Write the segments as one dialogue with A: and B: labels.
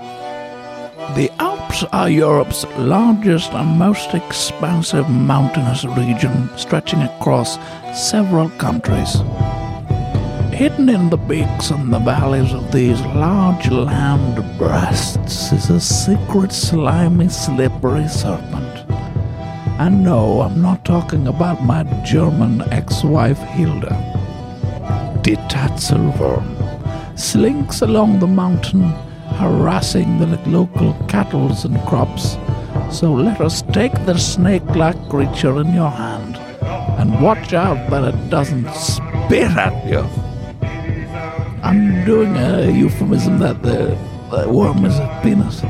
A: The Alps are Europe's largest and most expansive mountainous region, stretching across several countries. Hidden in the peaks and the valleys of these large land breasts is a secret, slimy, slippery serpent. And no, I'm not talking about my German ex wife Hilda. The Tatzelwurm slinks along the mountain, harassing the local cattle and crops. So let us take the snake like creature in your hand and watch out that it doesn't spit at you. I'm doing a euphemism that the, the worm is a penis.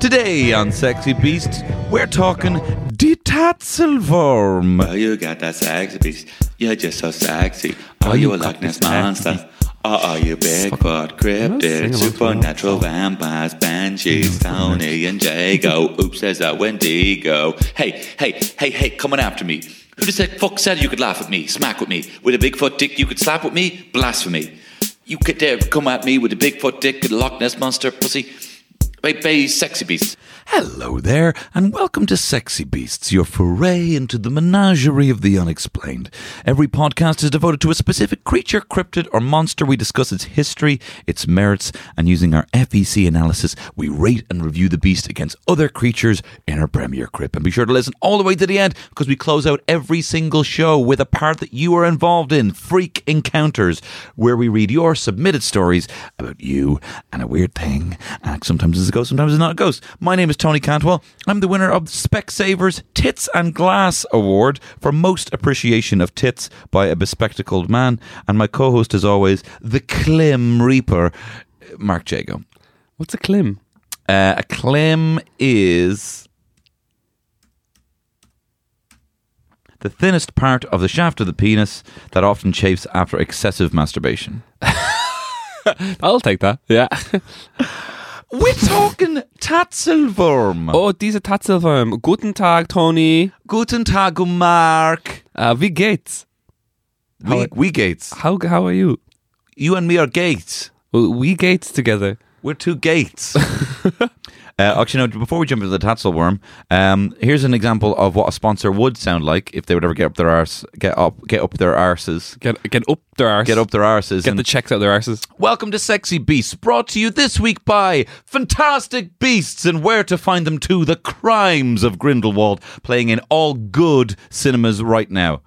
B: Today on Sexy Beasts, we're talking the Tatzelworm.
C: Oh, you got that sexy bitch. You're just so sexy. Oh, you a Loch Ness monster. Oh, are you Bigfoot, cryptid, supernatural vampires, banshees, Tony and Jago? Oops, there's a Wendigo. Hey, hey, hey, hey, coming after me. Who the said fuck said you could laugh at me, smack with me? With a Bigfoot dick you could slap with me? Blasphemy. You could dare come at me with a Bigfoot dick and a Loch Ness monster, pussy. Bay, bay, sexy beast.
B: Hello there, and welcome to Sexy Beasts, your foray into the menagerie of the unexplained. Every podcast is devoted to a specific creature, cryptid, or monster. We discuss its history, its merits, and using our FEC analysis, we rate and review the beast against other creatures in our premiere crypt. And be sure to listen all the way to the end because we close out every single show with a part that you are involved in Freak Encounters, where we read your submitted stories about you and a weird thing. And sometimes it's a ghost, sometimes it's not a ghost. My name is Tony Cantwell. I'm the winner of the Specsavers Tits and Glass Award for Most Appreciation of Tits by a Bespectacled Man. And my co host, as always, the Clem Reaper, Mark Jago.
D: What's a clim?
B: Uh, a clem is the thinnest part of the shaft of the penis that often chafes after excessive masturbation.
D: I'll take that. Yeah.
B: We're talking Tatzelwurm.
D: oh, diese Tatzelwurm. Guten Tag, Tony.
B: Guten Tag, Mark.
D: Uh, wie geht's?
B: We, we gates.
D: How how are you?
B: You and me are gates.
D: Well, we gates together.
B: We're two gates. uh, actually, no, before we jump into the Tatzelwurm, um, here's an example of what a sponsor would sound like if they would ever get up their arse, get up, get up their arses,
D: Get get up their arse.
B: get up their arses.
D: Get
B: and-
D: the checks out their arses.
B: Welcome to Sexy Beasts, brought to you this week by Fantastic Beasts and Where to Find Them Too, The Crimes of Grindelwald, playing in all good cinemas right now.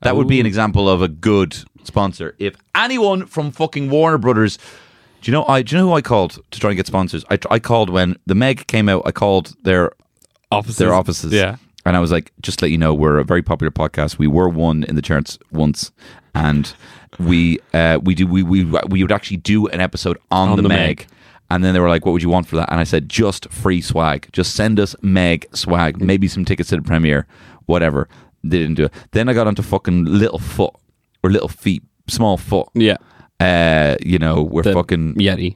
B: That would be an example of a good sponsor. If anyone from fucking Warner Brothers, do you know I do you know who I called to try and get sponsors? I, I called when the Meg came out. I called their
D: Offices.
B: their offices.
D: Yeah.
B: And I was like, just to let you know, we're a very popular podcast. We were one in the charts once, and we uh, we do we, we we would actually do an episode on,
D: On
B: the,
D: the
B: Meg.
D: Meg.
B: And then they were like, "What would you want for that?" And I said, "Just free swag. Just send us Meg swag. Maybe some tickets to the premiere, whatever." They didn't do it. Then I got onto fucking little foot or little feet, small foot.
D: Yeah.
B: Uh, you know, we're
D: The
B: fucking
D: Yeti.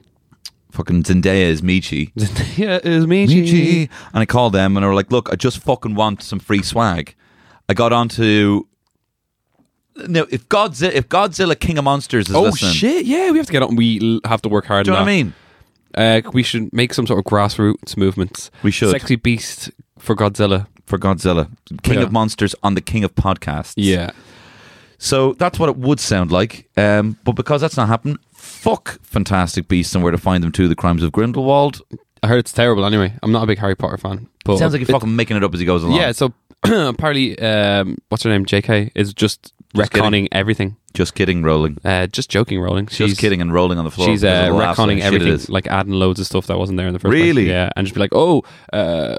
B: fucking Zendaya is Michi.
D: yeah, it's me.
B: Michi. And I called them and they were like, look, I just fucking want some free swag. I got onto. No, if Godzilla, if Godzilla King of Monsters is
D: Oh
B: listening,
D: shit! Yeah, we have to get on. We l- have to work hard.
B: do you know
D: on
B: what I mean?
D: that. Uh, we should make some sort of grassroots movement.
B: We should.
D: Sexy beast for Godzilla.
B: For Godzilla, King
D: Yeah.
B: of Monsters on the King of Podcasts.
D: Yeah.
B: So that's what it would sound like. Um, but because that's not happening, fuck Fantastic Beasts and Where to Find Them too. The Crimes of Grindelwald.
D: I heard it's terrible. Anyway, I'm not a big Harry Potter fan. But
B: Sounds like you're
D: it-
B: fucking making it up as he goes along.
D: Yeah, so apparently, um, what's her name? JK is just,
B: Just
D: retconning
B: kidding.
D: everything.
B: Just kidding, rolling.
D: Uh, just joking, rolling. She's,
B: Just kidding and rolling on the floor.
D: She's
B: There's a
D: uh,
B: laugh,
D: retconning
B: like shit it
D: everything,
B: is.
D: like adding loads of stuff that wasn't there in the first place.
B: Really?
D: Yeah, and just be like, oh, uh,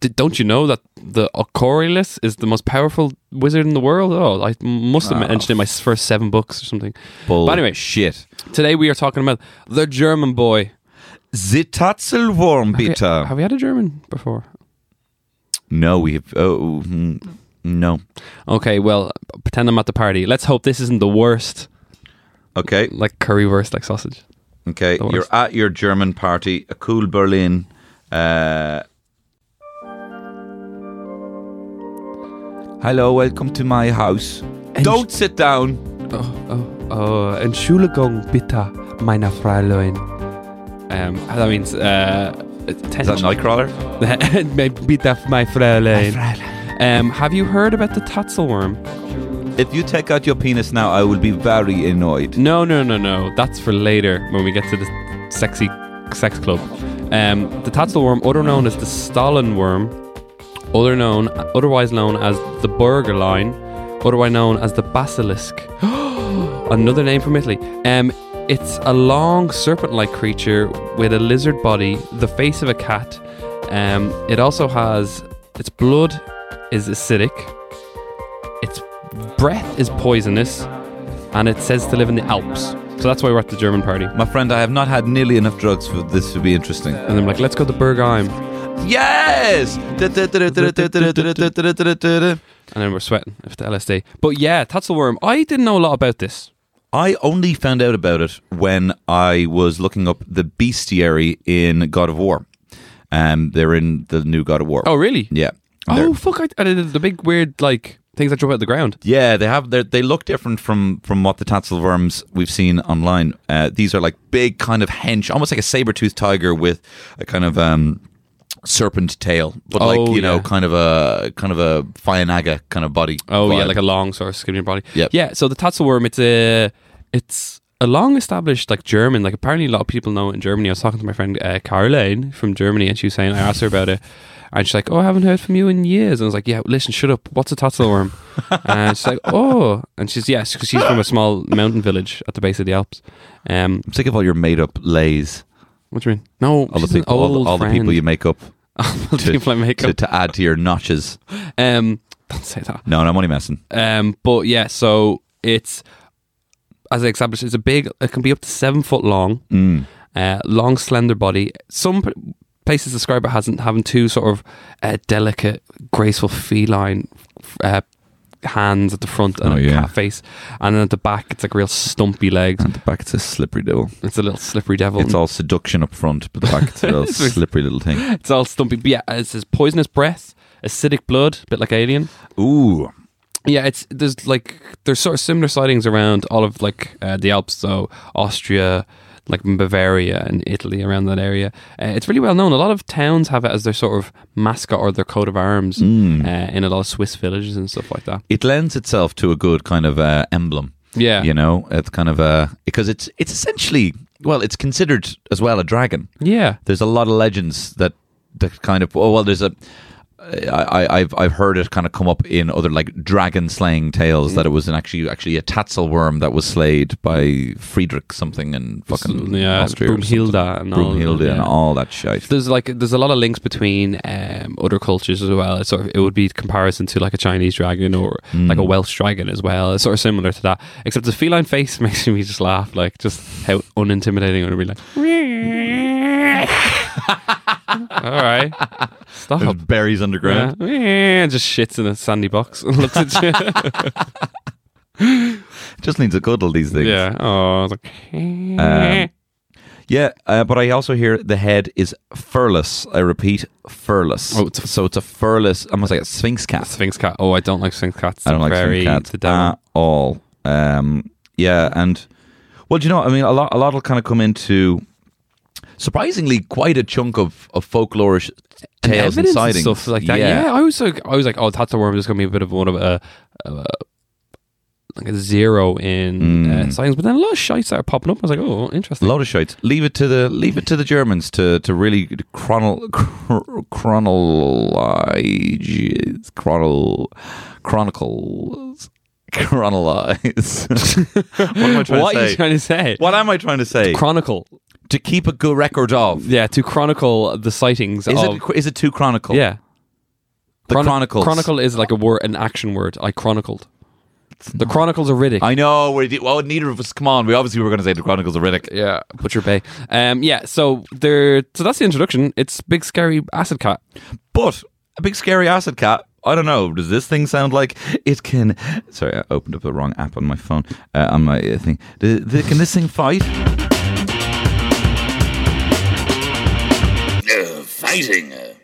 D: d- don't you know that the Ocorylus is the most powerful wizard in the world. Oh, I must have mentioned it in my first seven books or something.
B: Bull
D: But anyway,
B: shit.
D: today we are talking about the German boy.
B: The Tatzelwurmbitter.
D: Have we had a German before?
B: No, we have. Oh, mm, no.
D: Okay, well, pretend I'm at the party. Let's hope this isn't the worst,
B: Okay.
D: like currywurst, like sausage.
B: Okay.
D: was-
B: You're at your German party, a cool Berlin. Uh, Hello, welcome to my house. Don't sit down.
D: Oh, Entschuldigung bitte, meiner Fräulein. Um, that means uh,
B: Is that Nightcrawler?
D: bitte, my Fräulein. Um, have you heard about the Tatzelworm?
B: If you take out your penis now, I will be very annoyed.
D: No, no, no, no. That's for later when we get to the sexy sex club. Um, the Tatzelworm, other known as the Stalin worm, other known, otherwise known as the Burger line, otherwise known as the Basilisk. Another name from Italy. Um, it's a long serpent-like creature with a lizard body, the face of a cat. Um, it also has its blood is acidic, its breath is poisonous, and it says to live in the Alps. So that's why we're at the German party.
B: My friend, I have not had nearly enough drugs for this to be interesting.
D: And I'm like, let's go to Bergheim.
B: Yes!
D: And then we're sweating after LSD. But yeah, Tatzelworm. I didn't know a lot about this.
B: I only found out about it when I was looking up the bestiary in God of War. Um, they're in the new God of War.
D: Oh, really?
B: yeah. They're-
D: Oh, fuck. I, I did the big weird, like, things that drop out of the ground.
B: Yeah, they have. they're- They look different from from what the tatzelworms we've seen online. Uh, these are like big, kind of hench, almost like a saber toothed tiger with a kind of um, serpent tail, but like
D: Oh,
B: you know,
D: yeah.
B: kind of a kind of a Fianaga kind of body.
D: Oh, yeah,
B: vibe.
D: like a long sort of skin in your body.
B: Yep.
D: Yeah, so the Tatzelworm, it's a, it's a long established, like, German. Like, apparently a lot of people know it in Germany. I was talking to my friend uh, Caroline from Germany, and she was saying, I asked her about it. And she's like, oh, I haven't heard from you in years. And I was like, yeah, listen, shut up. What's a tatzelworm? and she's like, oh. And she's, yes, because she's from a small mountain village at the base of the Alps. Um,
B: I'm sick of all your made up lays.
D: What do you mean? No,
B: All the people, all, the, all the people you make up
D: all the people I make
B: to,
D: up.
B: to add to your notches.
D: Um, don't say that.
B: No, no, I'm only messing.
D: Um, but yeah, so it's as I established, it's a big. It can be up to seven foot long,
B: Mm.
D: uh, long slender body. Some p- places describe it hasn't having two sort of uh, delicate, graceful feline uh, hands at the front and
B: Oh,
D: a
B: yeah.
D: cat face, and then at the back it's like real stumpy legs.
B: the back, it's a slippery devil.
D: It's a little slippery devil.
B: It's all seduction up front, but the back, it's a little slippery little thing.
D: It's all stumpy. But yeah, it says poisonous breath, acidic blood, a bit like Alien.
B: Ooh.
D: Yeah, it's there's like there's sort of similar sightings around all of like uh, the Alps, so Austria, like Bavaria and Italy around that area. Uh, it's really well known. A lot of towns have it as their sort of mascot or their coat of arms
B: Hmm.
D: uh, in a lot of Swiss villages and stuff like that.
B: It lends itself to a good kind of uh, emblem.
D: Yeah,
B: You know, it's kind of a because it's it's essentially well, it's considered as well a dragon.
D: yeah,
B: There's a lot of legends that that kind of oh well, there's a. I, I, I've I've heard it kind of come up in other like dragon slaying
D: Mm-hmm.
B: tales that it was an actually actually a tatzel worm that was slayed by Friedrich something and fucking
D: yeah.
B: Austria or
D: Brunhilda
B: something.
D: and all.
B: Brunhilde and
D: yeah.
B: all that shit.
D: There's like there's a lot of links between um, other cultures as well. It's sort of it would be comparison to like a Chinese dragon or
B: Mm.
D: like a Welsh dragon as well. It's sort of similar to that, except the feline face makes me just laugh. Like just how unintimidating it would be. Like, all right, stop.
B: Berries underground.
D: Yeah. Just shits in a sandy box and looks at you.
B: Just needs a cuddle these things.
D: yeah. Oh, it's like,
B: Um, Yeah, uh, but I also hear the head is furless. I repeat, furless.
D: Oh, it's a-
B: so it's a furless, almost like a sphinx cat.
D: Sphinx cat. Oh, I don't like Sphinx cats.
B: I don't like
D: Very
B: sphinx cats
D: the devil.
B: at all. Um, yeah, and well, do you know? I mean, a lot, a lot will kind of come into surprisingly quite a chunk of of folklorish tales and,
D: evidence
B: sightings,
D: stuff like that. Yeah, I was like, I was like, oh, Tatsu Worm is going to be a bit of one of a, a like a zero in
B: Mm.
D: uh, sightings, but then a lot of shites started popping up. I was like, oh,
B: A
D: interesting.
B: lot of shites. Leave it to the leave it to the Germans to to really chronol chr- chronolize chronol chronicles chronolize. what am I trying
D: what
B: to
D: are
B: say?
D: you trying to say?
B: what am I trying to say?
D: Chronicle.
B: to keep a good record of.
D: Yeah, to chronicle the sightings
B: Is
D: of.
B: it is it too chronicle?
D: yeah.
B: The
D: Chron-
B: Chronicles.
D: Chronicle is like a word, an action word. I chronicled. The Chronicles of Riddick.
B: I know. We did, well, neither of us. Come on. We obviously were going to say the Chronicles of Riddick.
D: yeah, Butcher Bay. Um, yeah, so there. So that's the introduction. It's big, scary acid cat.
B: But a big scary acid cat. I don't know. Does this thing sound like it can? Sorry, I opened up the wrong app on my phone. Uh, on my uh, thing. The, the, can this thing fight?
C: Uh, fighting. uh,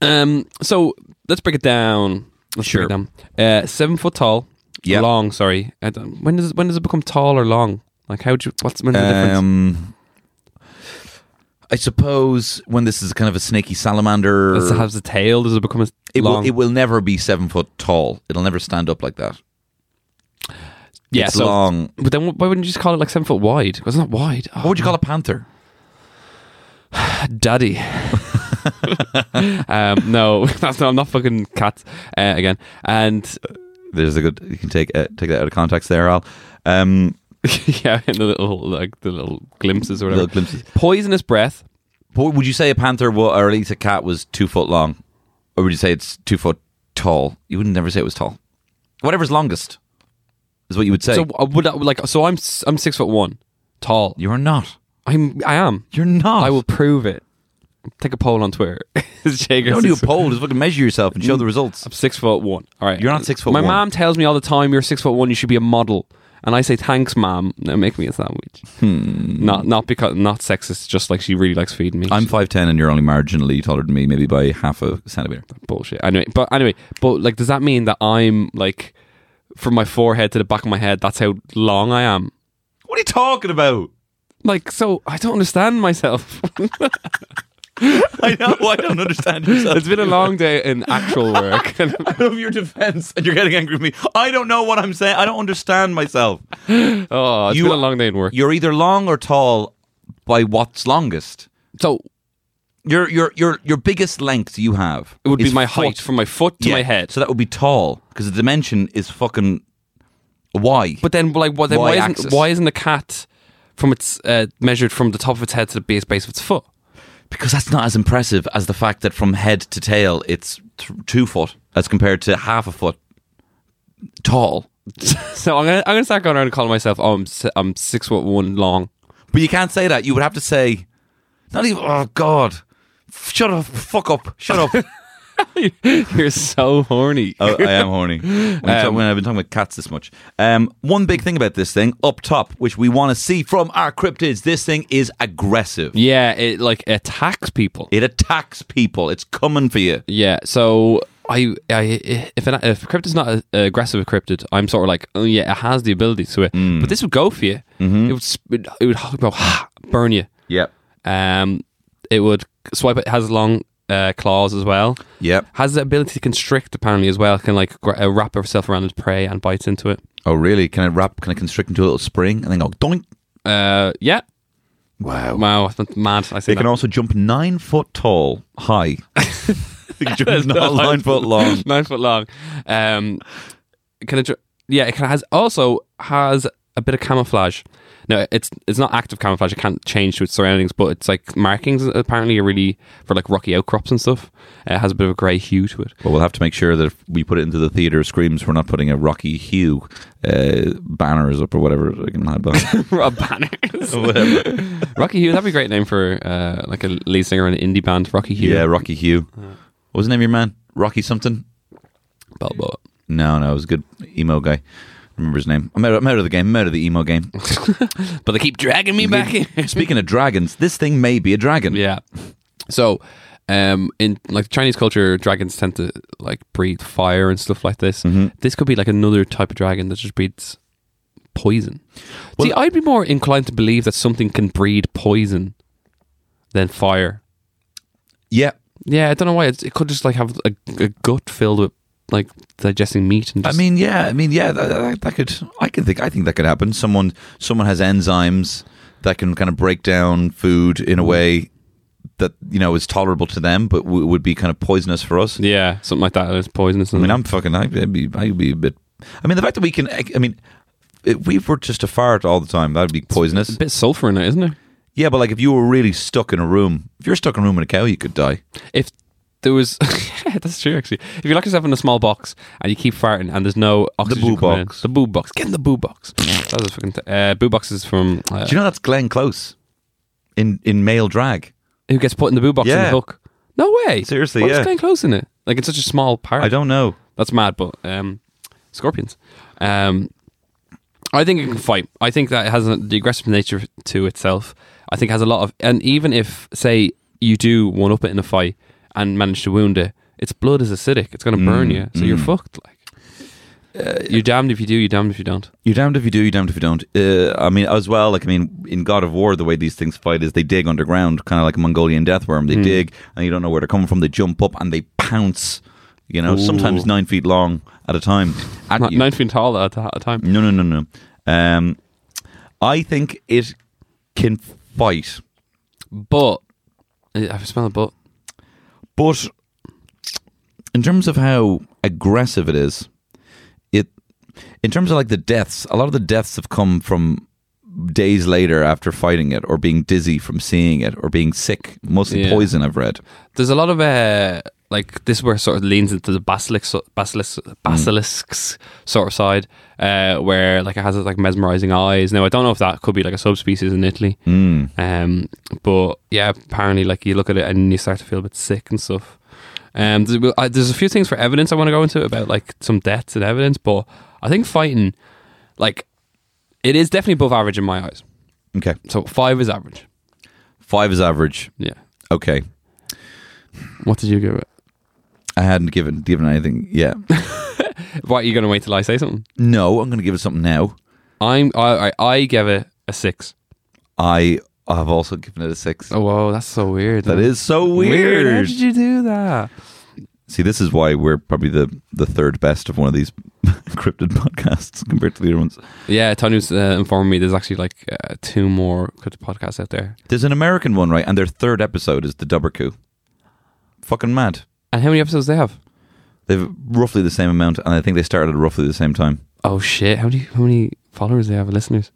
D: Um, so let's break it down. Let's
B: Sure.
D: Break it down. Uh, seven foot tall.
B: Yeah.
D: Long. Sorry. I don't, when does it, when does it become tall or long? Like how? Do you, what's when's the difference?
B: Um, I suppose when this is kind of a snaky salamander,
D: Does it have a tail? Does it become a
B: it
D: long?
B: will, it will never be seven foot tall. It'll never stand up like that.
D: yeah,
B: it's
D: so-
B: long.
D: But then why wouldn't you just call it like seven foot wide? 'Cause It's not wide. Oh,
B: What would you call a panther?
D: daddy. um, no, that's not. I'm not fucking cats uh, again. And
B: There's a good. You can take uh, take that out of context there, Al. Um,
D: yeah, and the little like the little glimpses or whatever.
B: little glimpses.
D: Poisonous breath.
B: But would you say a panther, wa- or at least a cat, was two foot long, or would you say it's two foot tall? You wouldn't never say it was tall. Whatever's longest is what you would say.
D: So uh, would I, like so I'm s- I'm six foot one, tall.
B: you're not.
D: I'm I am.
B: You're not.
D: I will prove it. Take a poll on Twitter. Is Jager
B: Don't do a
D: six foot-
B: poll. Just fucking measure yourself and show the results.
D: I'm six foot one. All right,
B: You're not six foot
D: My
B: one.
D: mom tells me all the time, "You're six foot one. You should be a model." And I say, "Thanks, mom. Now make me a sandwich." Not not because not sexist. Just like she really likes feeding me.
B: Hmm. I'm five ten, and you're only marginally taller than me, maybe by half a centimeter.
D: bullshit. Anyway, but anyway, but like, does that mean that I'm like from my forehead to the back of my head? That's how long I am.
B: What are you talking about?
D: Like, so I don't understand myself.
B: I know. I don't understand yourself.
D: it's been a long day in actual work.
B: I love your defense, and you're getting angry with me. I don't know what I'm saying. I don't understand myself.
D: oh, it's
B: You-
D: been a long day in work.
B: You're either long or tall by what's longest.
D: So
B: Your your your your biggest length you have.
D: it would
B: is
D: be my
B: foot.
D: height from my foot to
B: Yeah,
D: my head.
B: So that would be tall because the dimension is fucking y.
D: But then, like, what? Then
B: Y
D: why, isn't,
B: axis.
D: why isn't a cat from its uh, measured from the top of its head to the base base of its foot?
B: because that's not as impressive as the fact that from head to tail it's th- two foot as compared to half a foot tall.
D: So I'm gonna, I'm gonna start going around and calling myself. Oh, I'm si- I'm six foot one long.
B: But you can't say that. You would have to say, not even. Oh God, shut up, fuck up, shut up.
D: You're so horny.
B: Oh, I am horny. When, I talk- when I've been talking about cats this much. Um, one big thing about this thing up top, which we want to see from our cryptids, this thing is aggressive.
D: Yeah, it like attacks people.
B: It attacks people. It's coming for you.
D: Yeah, so I, I if an, if a cryptid's not a, a aggressive cryptid, I'm sort of like, oh yeah, it has the ability to it,
B: Mm.
D: but this would go for you.
B: Mm-hmm.
D: It would sp- it, it would go burn you.
B: Yep.
D: Um, it would swipe. It has long uh, claws as well.
B: Yep.
D: Has the ability to constrict apparently as well. Can like gra- uh, wrap herself around its prey and bites into it.
B: Oh, really? Can I wrap? Can I constrict into a little spring and then go doink?
D: Uh, yeah.
B: Wow.
D: Wow, that's mad. I say
B: They can also jump nine foot tall high. they can jump nine, foot long.
D: nine foot long. Um, can it? ju- Yeah, it can- has also has a bit of camouflage. No, it's it's not active camouflage. It can't change to its surroundings, but it's like markings. Apparently, are really for like rocky outcrops and stuff. It has a bit of a grey hue to it.
B: But we'll have to make sure that if we put it into the theater screams, we're not putting a Rocky Hue uh, banners up or whatever. I can hide behind.
D: Rob Banners, Rocky Hue. That'd be a great name for uh, like a lead singer in an indie band. Rocky Hue.
B: Yeah, Rocky Hugh. What was the name of your man? Rocky something?
D: Balboa.
B: No, no, it was a good emo guy. I remember his name. I'm out, I'm out of the game. I'm out of the emo game.
D: But they keep dragging me back in.
B: Speaking of dragons, this thing may be a dragon.
D: Yeah. So, um, in like Chinese culture, dragons tend to like breathe fire and stuff like this.
B: Mm-hmm.
D: This could be like another type of dragon that just breathes poison. See, I'd be more inclined to believe that something can breed poison than fire.
B: Yeah.
D: Yeah, I don't know why. It's, it could just like have a, a gut filled with like digesting meat and.
B: I
D: Just,
B: mean, yeah. I mean, yeah. That, that, that could. I can think. I think that could happen. Someone. Someone has enzymes that can kind of break down food
D: Mm.
B: in a way that you know is tolerable to them, but w- would be kind of poisonous for us.
D: yeah, something like that. It's poisonous.
B: I mean, I'm fucking. I'd be. I'd be a bit. I mean, the fact that we can. I I mean, if we were just to fart all the time, that'd be poisonous.
D: a bit sulfur in it, isn't it?
B: Uh. Yeah, but like if you were really stuck in a room, if you're stuck in a room with a cow, you could die.
D: If there was yeah, that's true actually. If you lock yourself in a small box and you keep farting and there's no oxygen,
B: boo
D: coming in-
B: box.
D: the boo box, get in the boo box. that was a fucking t- uh, boo box is from uh,
B: Do you know that's Glenn Close in in male drag?
D: who gets put in the boo box in
B: Yeah.
D: the hook. No way.
B: Seriously,
D: What's
B: yeah.
D: Glenn Close in it? Like it's such a small part.
B: I don't know.
D: That's mad, but um, scorpions. Um, I think it can fight. I think that it has a, the aggressive nature to itself. I think it has a lot of, and even if say you do one up it in a fight and manage to wound it, its blood is acidic. It's going to burn you, so you're fucked. Like you're damned if you do, you're damned if you don't.
B: You're damned if you do, you're damned if you don't. Uh, I mean, as well, like, I mean, in God of War, the way these things fight is they dig underground, kind of like a Mongolian death worm. They dig, and you don't know where they're coming from. They jump up and they pounce, you know, sometimes nine feet long at a time. At
D: Not
B: you.
D: nine feet tall at a at a time.
B: No, no, no, no. Um, I think it can fight,
D: But I smell a butt.
B: but in terms of how aggressive it is, it in terms of like the deaths, a lot of the deaths have come from days later after fighting it or being dizzy from seeing it or being sick, mostly
D: Yeah.
B: poison. I've read.
D: There's a lot of uh, like this where it sort of leans into the basilisk, basilisk, basilisks sort of side, uh, where like it has like mesmerizing eyes. Now I don't know if that could be like a subspecies in Italy,
B: Mm.
D: um, but yeah, apparently like you look at it and you start to feel a bit sick and stuff. Um, there's, well, I- there's a few things for evidence I want to go into about like some deaths and evidence, but I think fighting, like, it is definitely above average in my eyes.
B: Okay,
D: So five is average.
B: five is average.
D: Yeah.
B: Okay,
D: What did you give it?
B: I hadn't given given anything. Yeah,
D: Why are you going to wait till I say something?
B: no, I'm going to give it something now.
D: I'm I I, I give it a six.
B: I have also given it a six.
D: Oh wow, that's so weird.
B: That is so weird.
D: How did you do that?
B: See, this is why we're probably the, the third best of one of these cryptid podcasts compared to the other ones.
D: Yeah, Tony was uh, informing me there's actually like uh, two more crypto podcasts out there.
B: There's an American one, right? And their third episode is the Dubber Coup. Fucking mad.
D: And how many episodes do they have?
B: They've roughly the same amount, and I think they started at roughly the same time.
D: Oh shit! How many how many followers do they have? and Listeners?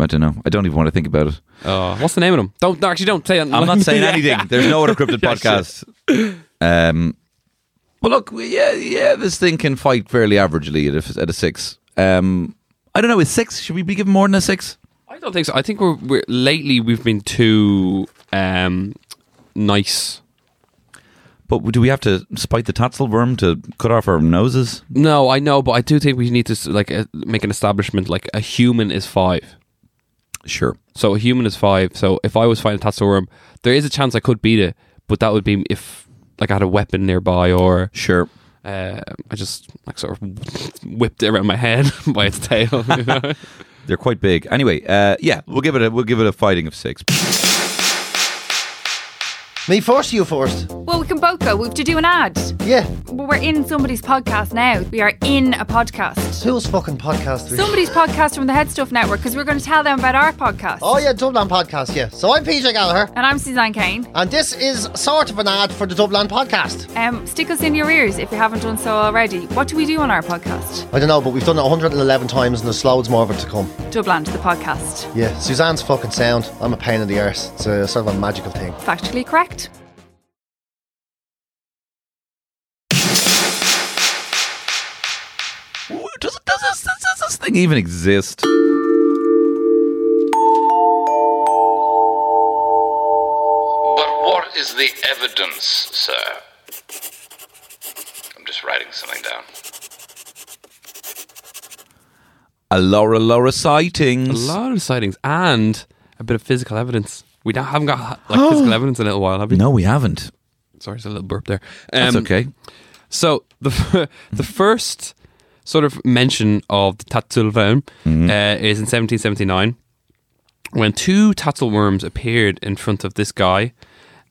B: I don't know. I don't even want to think about it.
D: Oh, what's the name of them? Don't no, actually don't say that.
B: I'm not saying anything. There's no other cryptid podcast. Um, well, look, we- yeah, yeah, this thing can fight fairly averagely at a, at a six. Um, I don't know. Is six? Should we be given more than a six?
D: I don't think so. I think we're, we're lately we've been too um, nice.
B: But do we have to spite the Tatzel worm to cut off our noses?
D: No, I know, but I do think we need to s- like uh, make an establishment. Like a human is five.
B: Sure.
D: So a human is five. So if I was fighting a tassel worm, there is a chance I could beat it, but that would be if like I had a weapon nearby or
B: Sure.
D: uh, I just like sort of whipped it around my head by its tail. you know?
B: They're quite big. Anyway, uh, yeah, we'll give it a we'll give it a fighting of six.
E: Me first, you first.
F: Well, we can both go. We have to do an ad.
E: Yeah.
F: Well, We're in somebody's podcast now. We are in a podcast.
E: Who's fucking podcast? we-
F: Somebody's podcast from the Head Stuff Network because we're going to tell them about our podcast.
E: Oh yeah, Dublin podcast. Yeah. So I'm PJ Gallagher,
F: And I'm Suzanne Kane.
E: and this is sort of an ad for the Dublin podcast.
F: Um, stick us in your ears if you haven't done so already. What do we do on our podcast?
E: I don't know, but we've done it 111 times, and there's loads more of it to come.
F: Dubland, the podcast.
E: Yeah. Suzanne's fucking sound. I'm a pain in the arse. It's a sort of a magical thing.
F: Factually correct.
B: Does, does, this, does, does this thing even exist?
G: But what is the evidence, sir? I'm just writing something down.
B: A Laura Laura sightings.
D: a lot of sightings and a bit of physical evidence. We don't, haven't got like physical evidence in a little while, have we?
B: No, we haven't.
D: Sorry, it's a little burp there.
B: That's
D: Um,
B: okay.
D: So the f- the first sort of mention of the Tatzelwurm
B: Mm-hmm.
D: uh, is in 1779 when two Tatzelwurms appeared in front of this guy,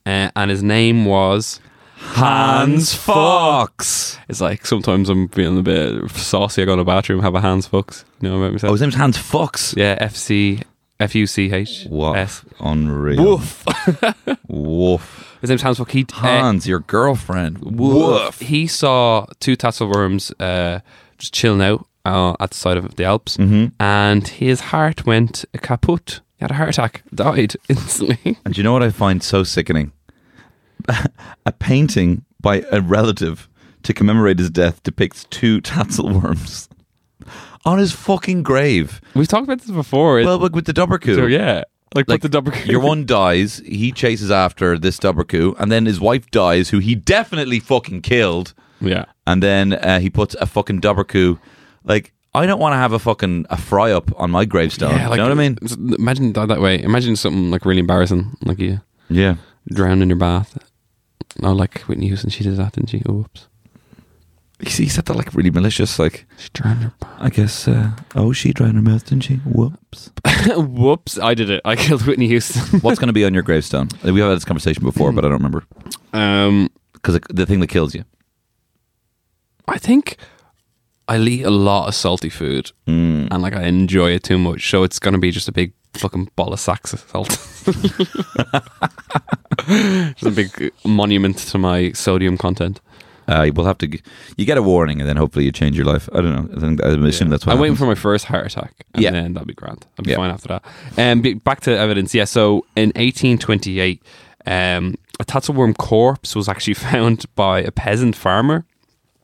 D: uh, and his name was. Hans
B: Fox.
D: It's like sometimes I'm feeling a bit saucy. I go to the bathroom, have a Hans Fox. You know about
B: Oh,
D: myself?
B: his name's Hans Fox.
D: yeah, F C F U C H
B: What?
D: S.
B: Unreal.
D: Woof.
B: Woof.
D: His name's Hans Fox.
B: Eh.
D: He, uh,
B: Hans, your girlfriend. Woof.
D: Woof. He saw two tassel worms uh, just chilling out uh, at the side of the Alps, and his heart went kaput. He had a heart attack, died instantly.
B: And do you know what I find so sickening? a painting by a relative to commemorate his death depicts two tassel worms on his fucking grave.
D: We've talked about this before. It-
B: Well, but with the double coup.
D: so yeah, like,
B: Like,
D: put the double. coup-
B: Your one dies, he chases after this double coup, and then his wife dies, who he definitely fucking killed.
D: Yeah.
B: and then uh, he puts a fucking Doberku. Like, I don't want to have a fucking a fry up on my gravestone.
D: Yeah, like, uh,
B: you know what I mean?
D: s- Imagine it died that way. Imagine something like really embarrassing, like you
B: Yeah.
D: drowned in your bath. Oh, like Whitney Houston, she did that, didn't she? Oh, whoops.
B: He, he said that like really malicious. Like,
D: She drowned her bath.
B: I guess. Uh, oh, she drowned her mouth, didn't she? Whoops.
D: whoops, I did it. I killed Whitney Houston.
B: What's going to be on your gravestone? Uh, We have had this conversation before, but I don't remember
D: um,
B: because the thing that kills you.
D: I think I'll eat a lot of salty food and like I enjoy it too much. So it's going to be just a big fucking ball of sacks of salt. just a big monument to my sodium content.
B: Uh, we'll have to. g- You get a warning, and then hopefully you change your life. I don't know. I think I assume that's what.
D: I'm waiting
B: happens.
D: for my first heart attack, and
B: Yeah.
D: then that'll be grand. I'll be
B: Yeah.
D: fine after that. Um, be- back to evidence, yeah. So in 1828, um, a tatzelworm corpse was actually found by a peasant farmer.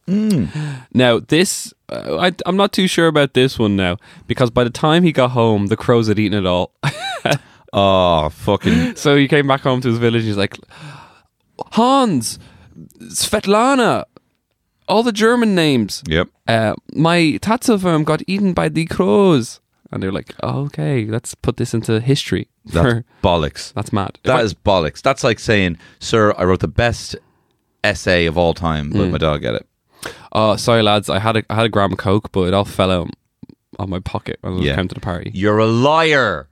B: Mm.
D: Now this, uh, I, I'm not too sure about this one now because by the time he got home, the crows had eaten it all.
B: Oh, fucking.
D: so he came back home to his village. He's like, Hans, Svetlana, all the German names
B: yep.
D: uh, my tatsuverm got eaten by the crows. And they're like, oh, okay, let's put this into history.
B: That's bollocks.
D: That's mad. If I-
B: That is bollocks. That's like saying, "Sir, I wrote the best essay of all time, but
D: Mm.
B: my dog got it."
D: Oh, sorry, lads. I had a, I had a gram of coke, but it all fell out on my pocket when I was
B: Yeah.
D: coming to the party.
B: You're a liar.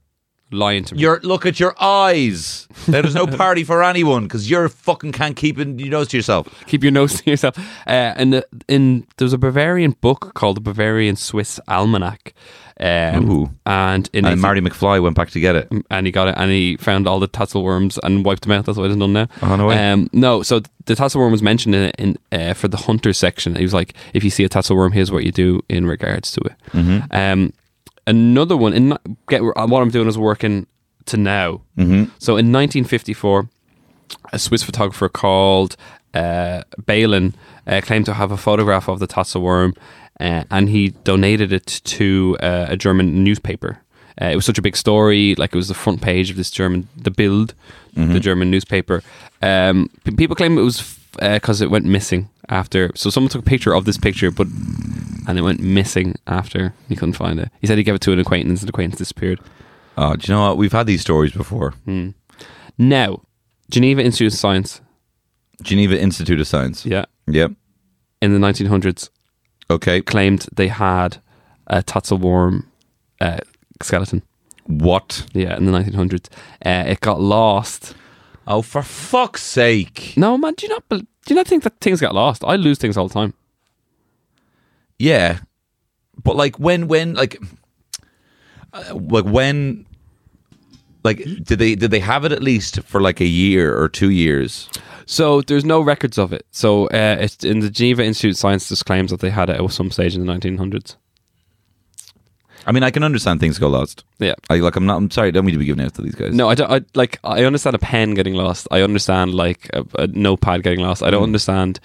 D: lying to me.
B: You're look at your eyes. There's no party for anyone because you're fucking can't keep it, your nose to yourself.
D: Keep your nose to yourself. Uh, and the, in there's a Bavarian book called the Bavarian Swiss Almanac. Um,
B: Ooh.
D: And in
B: And
D: 18
B: Marty McFly went back to get it.
D: and he got it and he found all the tassel worms and wiped them out. That's what it's done now.
B: Oh, no way.
D: Um, no, so the tassel worm was mentioned in, in uh, for the hunter section. He was like, if you see a tassel worm, here's what you do in regards to it.
B: Mm-hmm.
D: Um, another one, and not- get what I'm doing is working to now. Mm-hmm. So in 1954, a Swiss photographer called uh, Balin uh, claimed to have a photograph of the tassel worm, uh, and he donated it to uh, a German newspaper. Uh, it was such a big story, like it was the front page of this German, the Bild, the German newspaper. Um, p- people claim it was because it went missing after. So someone took a picture of this picture, but and it went missing after he couldn't find it. He said he gave it to an acquaintance, and the acquaintance disappeared.
B: Oh, do you know what? We've had these stories before.
D: Now, Geneva Institute of Science,
B: Geneva Institute of Science.
D: yeah,
B: Yep.
D: in the 1900s,
B: Okay.
D: claimed they had a tatzelworm uh, skeleton.
B: What?
D: Yeah, in the 1900s, uh, it got lost.
B: Oh, for fuck's sake!
D: No, man, do you not bel- do you not think that things got lost? I lose things all the time.
B: Yeah, but like when when like uh, like when like did they did they have it at least for like a year or two years?
D: So there's no records of it. So uh, it's in the Geneva Institute of Science just claims that they had it at some stage in the 1900s.
B: I mean, I can understand things go lost.
D: Yeah.
B: I like I'm not. I'm sorry. I don't mean to be giving out to these guys.
D: No, I don't. I, like I understand a pen getting lost. I understand like a, a notepad getting lost.
B: Hmm.
D: I don't understand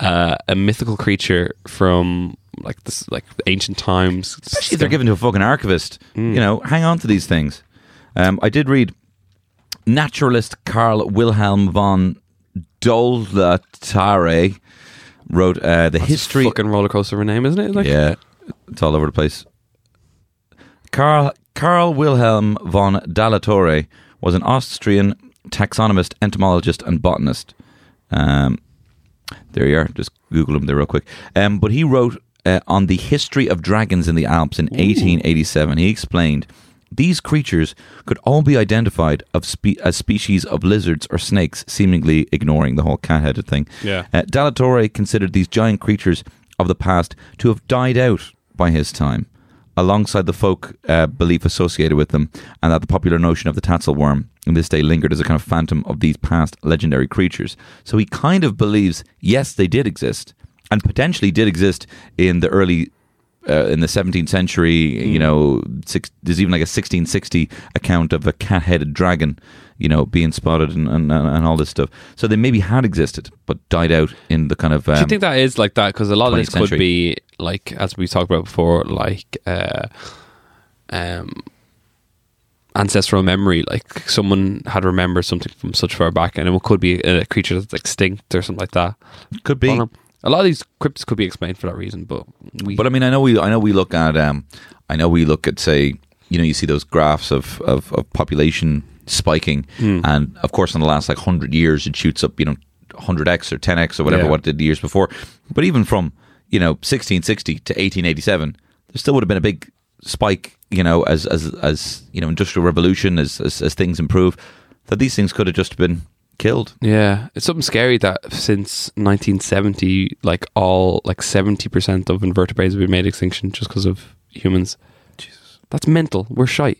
D: uh, a mythical creature from like this like ancient times.
B: Especially if they're given to a fucking archivist. You know, hang on to these things. Um, I did read naturalist Carl Wilhelm von Dolatare wrote uh, the history.
D: fucking roller coaster of a name, isn't it? Like,
B: yeah, it's all over the place. Carl Carl Wilhelm von Dalatore was an Austrian taxonomist, entomologist, and botanist. Um, there you are. Just Google him there real quick. Um, but he wrote uh, on the history of dragons in the Alps in 1887. He explained these creatures could all be identified of spe- as species of lizards or snakes, seemingly ignoring the whole cat-headed thing.
D: Yeah.
B: Uh, Dalatore considered these giant creatures of the past to have died out by his time, alongside the folk uh, belief associated with them, and that the popular notion of the tassel worm in this day lingered as a kind of phantom of these past legendary creatures. So he kind of believes, yes, they did exist, and potentially did exist in the early uh, in the 17th century,
D: Hmm.
B: you know, six, there's even like a 1660 account of a cat-headed dragon, you know, being spotted and, and, and and all this stuff. So they maybe had existed, but died out in the kind of. Um,
D: Do you think that is like that? Because a lot of this
B: 20th
D: could
B: century.
D: be like, as we talked about before, like uh, um, ancestral memory. Like someone had remembered something from such far back, and it could be a, creature that's extinct or something like that.
B: could
D: I
B: be?
D: don't know. A lot of these crypts could be explained for that reason, but we.
B: But uh, I mean, I know we, I know we look at, um, I know we look at, say, you know, you see those graphs of of, of population spiking, and of course, in the last like hundred years, it shoots up, you know, hundred x or ten x or whatever
D: Yeah.
B: what it did the years before. But even from you know 1660 to 1887, there still would have been a big spike, you know, as as as you know, industrial revolution, as as, as things improve, that these things could have just been killed.
D: Yeah, it's something scary that since 1970, like all like 70 percent of invertebrates have been made extinction just because of humans. Jesus, that's mental. We're shite.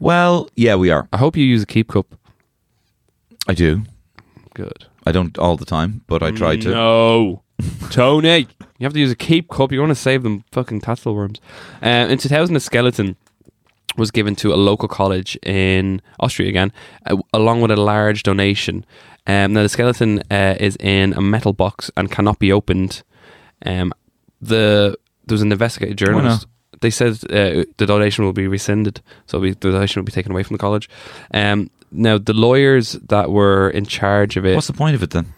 B: Well, yeah, we are.
D: I hope you use a keep cup.
B: I do.
D: Good.
B: I don't all the time, but I try to.
D: No, Tony, you have to use a keep cup. You want to save them fucking tassel worms. Uh, in 2000, a skeleton was given to a local college in Austria again, uh, along with a large donation. Um, now the skeleton uh, is in a metal box and cannot be opened. Um, the there was an investigative
B: not?
D: journalist. They said uh, the donation will be rescinded, so we, the donation will be taken away from the college. Um, now the lawyers that were in charge of it.
B: What's the point of it then?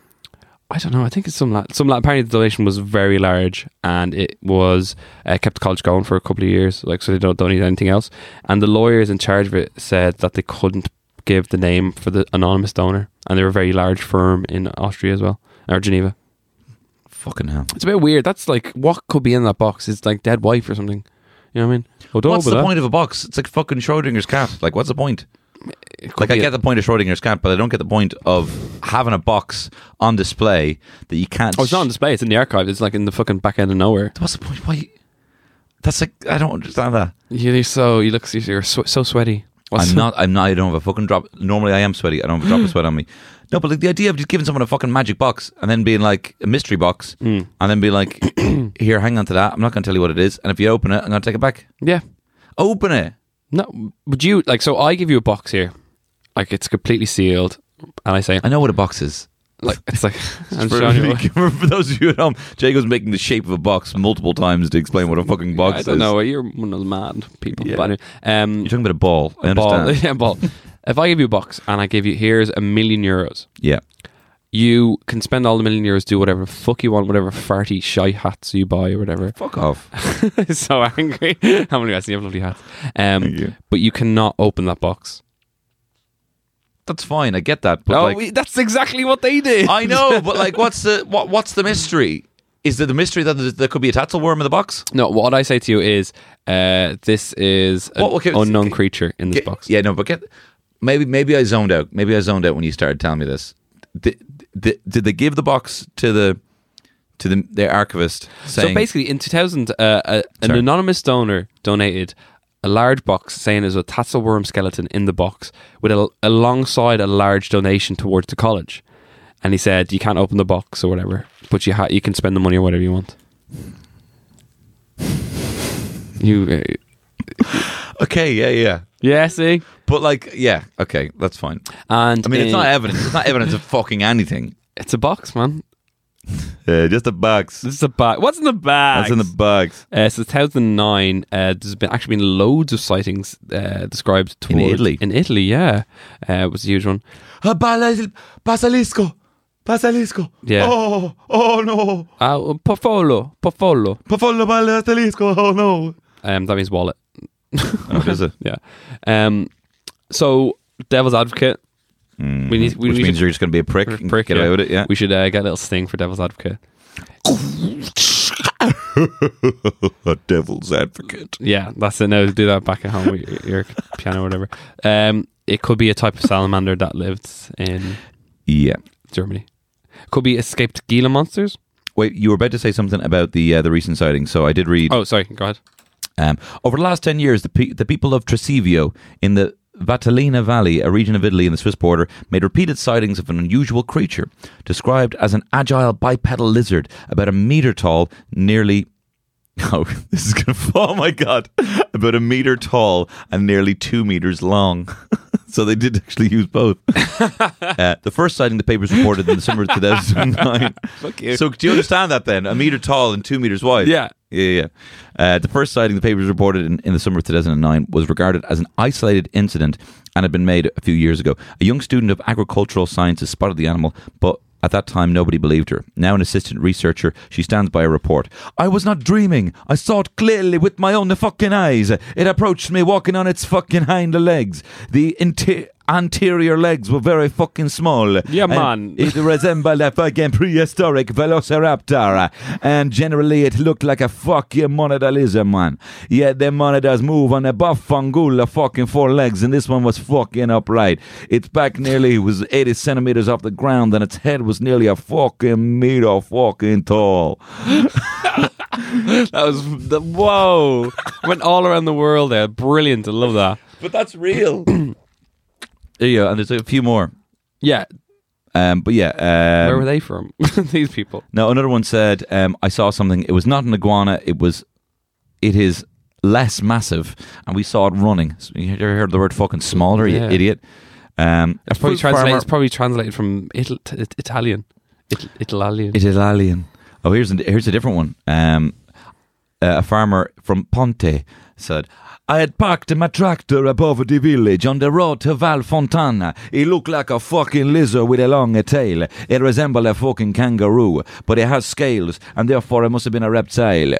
D: I don't know. I think it's some la- some la- apparently the donation was very large and it was uh, kept the college going for a couple of years. Like so they don't don't need anything else. And the lawyers in charge of it said that they couldn't give the name for the anonymous donor, and they were a very large firm in Austria as well or Geneva.
B: Fucking hell.
D: It's a bit weird. That's like what could be in that box? It's like dead wife or something. You know what I mean? Well, don't
B: What's
D: open
B: the
D: that.
B: point of a box? It's like fucking Schrodinger's cat. Like, what's the point?
D: It could
B: Like, I
D: be a-
B: get the point of Schrodinger's cat, but I don't get the point of having a box on display that you can't.
D: Oh, it's not on display. It's in the archive. It's like in the fucking back end of nowhere.
B: What's the point? Why? That's like I don't understand that.
D: You're so you look you're so, so sweaty. What's-
B: I'm not. I'm not. I don't have a fucking drop. Normally, I am sweaty. I don't have a drop of sweat on me. No, but like the idea of just giving someone a fucking magic box and then being like a mystery box
D: Hmm.
B: and then be like, here, hang on to that. I'm not going to tell you what it is, and if you open it, I'm going to take it back.
D: Yeah.
B: Open it.
D: No, would you like? So I give you a box here, like it's completely sealed, and I say,
B: I know what a box is.
D: like it's like I'm
B: for,
D: showing you.
B: for those of you at home, Jago's making the shape of a box multiple times to explain what a fucking box
D: I don't
B: is.
D: know. You're one of the mad people.
B: Yeah.
D: But anyway, um,
B: You're talking about a ball. I
D: ball,
B: understand.
D: yeah, ball. If I give you a box and I give you here's a million euros,
B: yeah.
D: you can spend all the million euros, do whatever the fuck you want, whatever farty shy hats you buy or whatever.
B: Fuck off.
D: so angry. How many hats? You have lovely hats. Um,
B: Thank you.
D: But you cannot open that box.
B: That's fine. I get that. But
D: oh,
B: like,
D: we- that's exactly what they did.
B: I know. But like, what's the what, What's the mystery? Is there the mystery that there- there could be a tassel worm in the box?
D: No, what I say to you is, uh, this is an
B: What- okay,
D: unknown
B: okay.
D: creature in this
B: Get-
D: box.
B: Yeah. No. But get maybe maybe I zoned out. Maybe I zoned out when you started telling me this. Did, did, did they give the box to the to the their archivist saying?
D: so basically, in 2000, uh, uh, an
B: Sorry.
D: anonymous donor donated a large box saying there's a tasselworm skeleton in the box, with a, alongside a large donation towards the college. And he said, "You can't open the box or whatever, but you ha- you can spend the money or whatever you want." You, uh,
B: okay. Yeah. Yeah.
D: yeah, see,
B: But like, yeah. Okay. That's fine.
D: and
B: I mean, it's
D: in-
B: not e- evidence. It's not evidence of fucking anything.
D: it's a box, man.
B: Yeah, just a box.
D: This is a bag. What's in the bag?
B: That's in the box.
D: Uh, since 2009, uh, there's been actually been loads of sightings uh, described
B: In
D: towards-
B: Italy?
D: In Italy, yeah, uh, it was a huge one.
B: Ah, Basalisco. Basalisco.
D: Yeah.
B: Oh, oh no.
D: Uh, portfolio, portfolio.
B: Pafolo Basalisco. Oh no.
D: Um, that means wallet.
B: What Oh, is it?
D: Yeah. Um, so devil's advocate. we need. We,
B: Mm, Which
D: we
B: means
D: should,
B: you're just going to be a prick. and
D: prick,
B: get
D: yeah.
B: away with it, yeah.
D: We should uh, get a little sting for devil's advocate.
B: a devil's advocate.
D: Yeah, that's it. No, do that back at home with your, your piano or whatever. Um, it could be a type of salamander that lived in
B: Yeah.
D: Germany. Could be escaped Gila monsters.
B: Wait, you were about to say something about the uh, the recent sighting, so I did read.
D: Oh, sorry. Go ahead.
B: Um, over the last 10 years, the, pe- the people of Tresivio in the Vatellina Valley, a region of Italy in the Swiss border, made repeated sightings of an unusual creature, described as an agile bipedal lizard about a meter tall, nearly Oh, this is gonna. Oh my god! About a meter tall and nearly two meters long. so they did actually use both. uh, the first sighting the papers reported in December 2009.
D: you.
B: So do you understand that then? A meter tall and two meters wide.
D: Yeah.
B: Yeah, yeah. Uh, the first sighting the papers reported in, in the summer of 2009 was regarded as an isolated incident and had been made a few years ago. A young student of agricultural sciences spotted the animal, but at that time nobody believed her. Now an assistant researcher, she stands by a report. I was not dreaming. I saw it clearly with my own fucking eyes. It approached me walking on its fucking hind legs. The inter- anterior legs were very fucking small.
D: Yeah,
B: And
D: man.
B: It resembled a fucking prehistoric velociraptor. And generally, it looked like a fucking Mona Lisa, man. Yeah, the monitors move on a buff fangula fucking four legs, and this one was fucking upright. Its back nearly was 80 centimeters off the ground, and its head was nearly a fucking meter fucking tall.
D: That was the, whoa. Went all around the world there. Brilliant. I love that.
B: But that's real. yeah, and there's a few more.
D: Yeah.
B: Um, but yeah, um,
D: Where were they from? These people.
B: Now another one said, um, "I saw something. It was not an iguana. It was, it is less massive, and we saw it running. So you ever heard the word fucking smaller? You
D: Yeah.
B: idiot." Um,
D: It's probably,
B: a fruit
D: translated, it's
B: farmer-
D: probably translated from Ital- t- it- Italian. It- Italian.
B: It is alien. Oh, here's a, here's a different one. Um, uh, a farmer from Ponte said, I had parked my tractor above the village on the road to Val Fontana. It looked like a fucking lizard with a long tail. It resembled a fucking kangaroo, but it has scales, and therefore it must have been a reptile.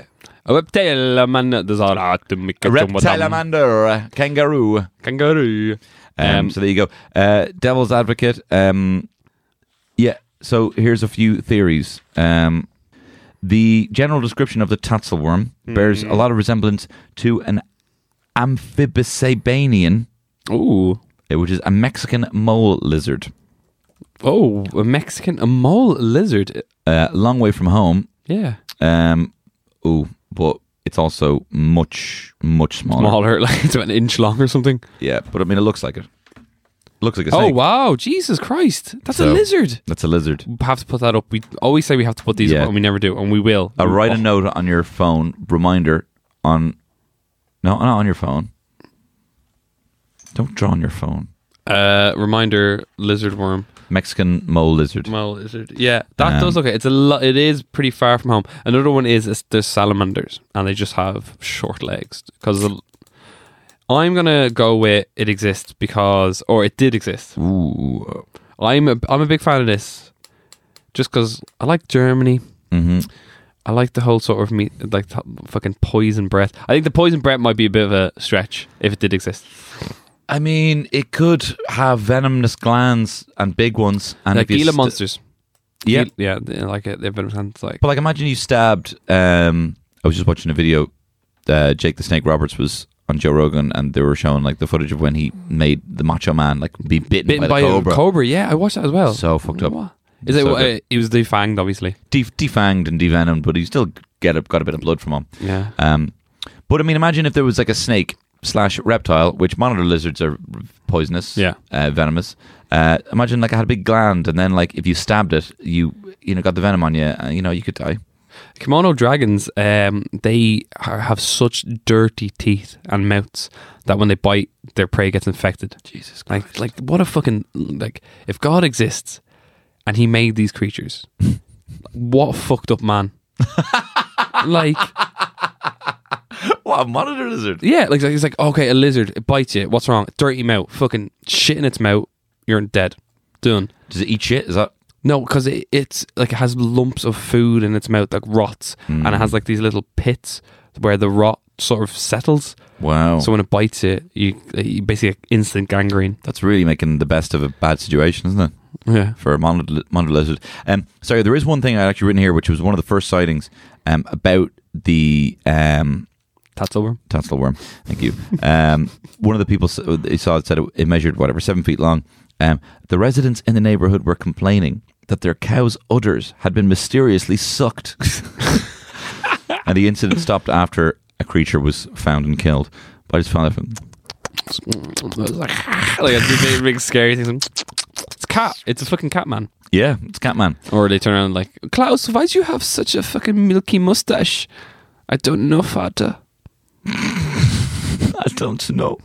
D: A reptile man does all that to make a jumbadam.
B: Reptilamander, kangaroo. Um,
D: Kangaroo. Um,
B: so there you go. Uh, devil's advocate. Um, yeah. So here's a few theories. Um, the general description of the tatzelworm bears
D: Hmm.
B: a lot of resemblance to an amphibisabian,
D: Ooh.
B: uh, which is a Mexican mole lizard.
D: Oh, a Mexican, a mole lizard.
B: Uh, long way from home.
D: Yeah.
B: Um, ooh, but it's also much, much smaller.
D: Smaller, like it's about an inch long or something.
B: Yeah, but I mean, it looks like it. Looks like a
D: Oh,
B: snake.
D: wow. Jesus Christ. That's a
B: So-
D: lizard.
B: That's a lizard.
D: We have to put that up. We always say we have to put these
B: Yeah.
D: up, and we never do, and we will.
B: uh, write a
D: Oh,
B: note on your phone reminder on no not on your phone don't draw on your phone
D: Uh, reminder: lizard worm,
B: mexican mole lizard
D: mole lizard. Yeah, that
B: Um,
D: does look. It's a lot. It is pretty far from home. Another one is, is there's salamanders, and they just have short legs. Because I'm gonna go with it exists because, or it did exist.
B: ooh
D: I'm a, I'm a big fan of this, just because I like Germany.
B: hmm
D: I like the whole sort of meat, like the fucking poison breath. I think the poison breath might be a bit of a stretch if it did exist.
B: i mean it could have venomous glands and big ones and
D: like
B: if you
D: Gila
B: st-
D: monsters.
B: yeah
D: Gila- yeah, they- like it, they've been it's like
B: but like imagine you stabbed um i was just watching a video uh jake the snake roberts was on Joe Rogan, and they were showing like the footage of when he made the Macho Man like be bitten,
D: bitten
B: by
D: by,
B: the
D: a cobra. Yeah, I watched that as well.
B: So fucked up.
D: What? Is it?
B: So
D: uh, it was defanged, obviously.
B: de- defanged and devenomed, but he still get a, got a bit of blood from him.
D: Yeah.
B: Um, but I mean, imagine if there was like a snake slash reptile, which monitor lizards are poisonous,
D: Yeah.
B: uh, venomous. Uh, imagine like I had a big gland, and then like if you stabbed it, you you know got the venom on you, uh, you know you could die.
D: Kimono dragons, um, they ha- have such dirty teeth and mouths that when they bite, their prey gets infected. Jesus Christ. Like, like what a fucking. Like, if God exists and he made these creatures, what a fucked up man. like,
B: What a monitor lizard!
D: yeah, like, like, it's like, okay, a lizard, it bites you. What's wrong? Dirty mouth. Fucking shit in its mouth. You're dead. Done.
B: Does it eat shit? Is that
D: No, because it, it's like it has lumps of food in its mouth that rots, and it has like these little pits where the rot sort of settles.
B: wow?
D: So when it bites it, you, you basically get instant gangrene.
B: That's really making the best of a bad situation, isn't it?
D: Yeah.
B: for a monitor, monitor lizard. Um, sorry, there is one thing I actually written here, which was one of the first sightings um, about the um,
D: That's over.
B: tonsil worm. Thank you. Um, one of the people s- they saw it said it, it measured whatever seven feet long. Um, the residents in the neighborhood were complaining that their cows' udders had been mysteriously sucked, and the incident stopped after a creature was found and killed. But I just found that
D: like, like a big, big scary thing. It's a cat. It's a fucking cat man.
B: yeah, it's Catman.
D: Or they turn around like, Klaus, why do you have such a fucking milky mustache? I don't know, Vater.
B: I don't know.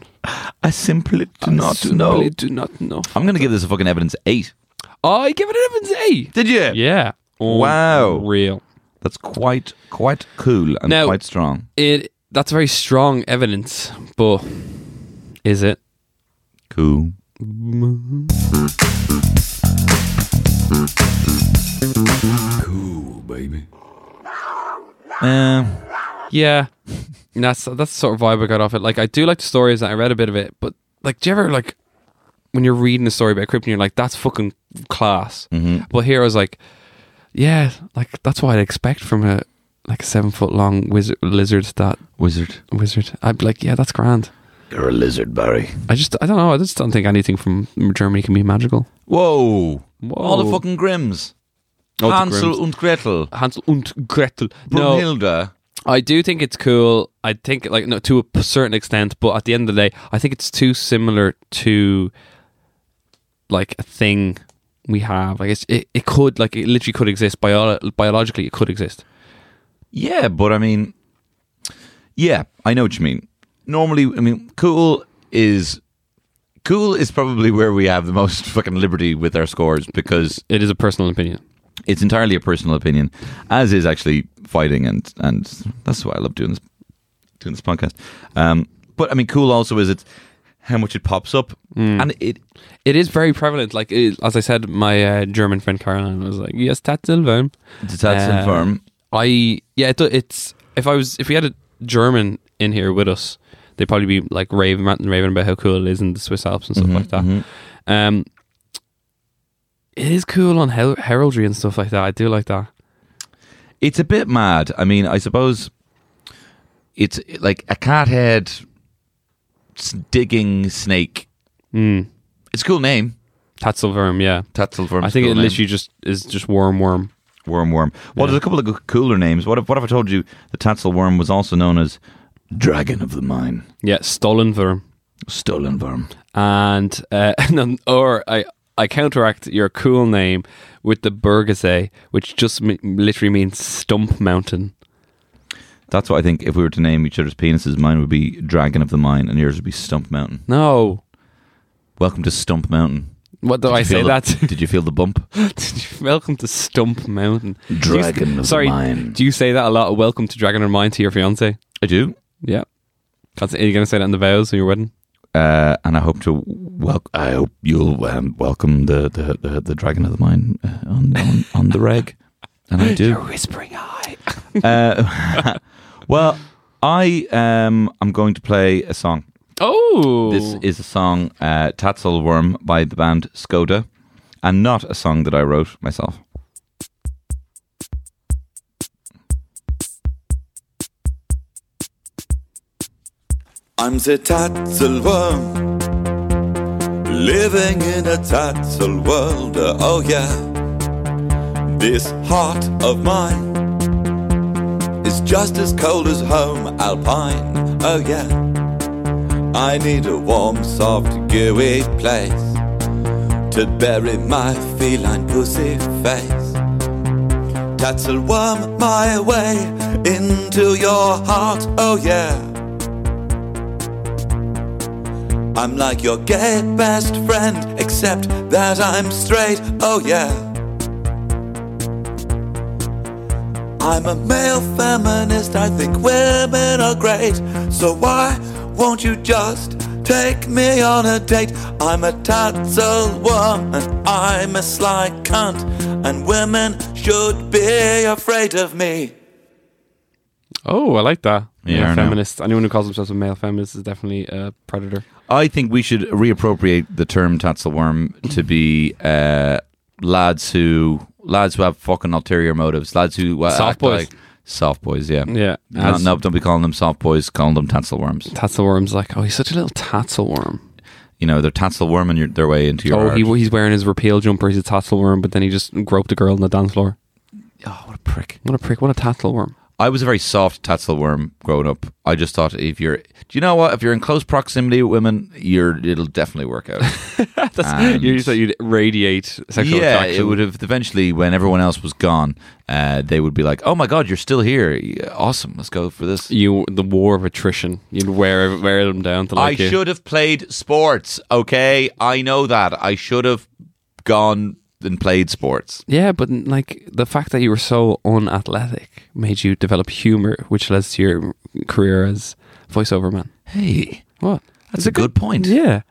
B: I simply do
D: I
B: not
D: simply
B: know.
D: do not know.
B: I'm Oh, going to give this a fucking evidence eight.
D: I give it an Evans
B: Did you?
D: Yeah.
B: Wow.
D: Real.
B: That's quite quite cool and
D: Now-
B: quite strong.
D: It. That's very strong evidence, but is it?
B: Cool. Cool, baby. Um,
D: Yeah. And that's that's the sort of vibe I got off it. Like I do like the stories and I read a bit of it, but like do you ever like when you're reading a story about crypto and you're like, that's fucking class.
B: Mm-hmm.
D: But here I was like, yeah, like that's what I'd expect from a like a seven foot long wizard lizard that
B: wizard.
D: wizard. I'd be like, yeah, that's grand.
B: You're a lizard, Barry.
D: I just I don't know, I just don't think anything from Germany can be magical.
B: Whoa.
D: Whoa.
B: All the fucking Grims.
D: Oh, the
B: Hansel
D: Grimms.
B: and Gretel.
D: Hansel und Gretel. No,
B: Brunhilde.
D: I do think it's cool. I think like no to a p- certain extent, but at the end of the day, I think it's too similar to like a thing we have. Like it's, it, it could like it literally could exist bio- biologically. It could exist.
B: Yeah, but I mean, yeah, I know what you mean. Normally, I mean, cool is cool is probably where we have the most fucking liberty with our scores because
D: It is a personal opinion.
B: it's entirely a personal opinion, as is actually fighting, and and that's why I love doing this doing this podcast. Um, but I mean, cool also is it's how much it pops up,
D: Mm.
B: and it
D: It is very prevalent. Like it, as I said, my uh, German friend Caroline was like, "Yes, that's Silvan."
B: it's that's
D: Uh,
B: infirm.
D: I yeah, it, do- it's if I was if we had a German in here with us, they'd probably be like raving, ranting, raving about how cool it is in the Swiss Alps
B: Mm-hmm,
D: and stuff like that. Um, it is cool on her- heraldry and stuff like that. I do like that.
B: It's a bit mad. I mean, I suppose it's like a cat head s- digging snake.
D: Mm.
B: It's a cool name.
D: Tatzelworm, yeah.
B: Tatzelworm.
D: I think it literally just is just worm worm.
B: worm worm. Well, there's a couple of cooler names. What if what if I told you the Tatzel worm was also known as dragon of the mine,
D: Yeah, stolen worm.
B: stolen worm?
D: and uh, no, or I I counteract your cool name with the Burgessay, which just m- literally means stump mountain.
B: That's what I think. If we were to name each other's penises, mine would be dragon of the mine, and yours would be stump mountain.
D: No,
B: Welcome to Stump Mountain.
D: what do I
B: you
D: say
B: feel the-
D: that? to?
B: Did you feel the bump?
D: Welcome to Stump Mountain. Do you-
B: Dragon of
D: sorry,
B: mine.
D: do you say that a lot? Welcome to Dragon of Mine to your fiance.
B: I do.
D: Yeah, that's. Are you gonna say that in the vows when you're wedding?
B: uh, and I hope to wel- I hope you'll um, welcome the, the, the, the dragon of the mine uh, on, on on the reg, and I do.
D: Whispering eye.
B: Uh, well, I um I'm going to play a song.
D: Oh,
B: This is a song uh, Tatzel Worm by the band Skoda, and not a song that I wrote myself.
C: I'm the Tatzelworm, living in a Tatzel world. uh, Oh yeah, this heart of mine is just as cold as home alpine. Oh yeah, I need a warm, soft, gooey place to bury my feline pussy face. Tatzel worm my way into your heart. Oh yeah. I'm like your gay best friend, except that I'm straight, oh yeah. I'm a male feminist, I think women are great. So why won't you just take me on a date? I'm a tatzel worm, and I'm a sly cunt, and women should be afraid of me.
D: oh, I like that.
B: Yeah,
D: Male
B: I know.
D: feminist. Anyone who calls themselves a male feminist is definitely a predator.
B: I think we should reappropriate the term Tatzelworm to be uh, lads who lads who have fucking ulterior motives, lads who uh,
D: Soft
B: act
D: boys.
B: like soft boys. Yeah,
D: Yeah,
B: No,
D: as-
B: no, don't be calling them soft boys. Calling them Tatzelworms.
D: Tatzelworm's like, oh, he's such a little tatzelworm.
B: You know, they're Tatzelworming your, their way into your.
D: Oh,
B: heart.
D: he, he's wearing his repeal jumper. He's a tattle worm, but then he just groped a girl on the dance floor.
B: oh, what a prick!
D: What a prick! What a tattle worm!
B: I was a very soft tassel worm growing up. I just thought if you're, do you know what? If you're in close proximity with women, you're it'll definitely work out.
D: That's, you just thought you'd radiate sexual
B: yeah,
D: attraction.
B: it would have eventually when everyone else was gone. Uh, they would be like, "Oh my god, you're still here! Yeah, Awesome, let's go for this."
D: You the war of attrition. You'd wear wear them down to like
B: I
D: you.
B: should have played sports. Okay, I know that. I should have gone and played sports.
D: Yeah, but like the fact that you were so unathletic made you develop humor, which led to your career as voiceover man.
B: Hey,
D: What?
B: that's a good point.
D: Yeah,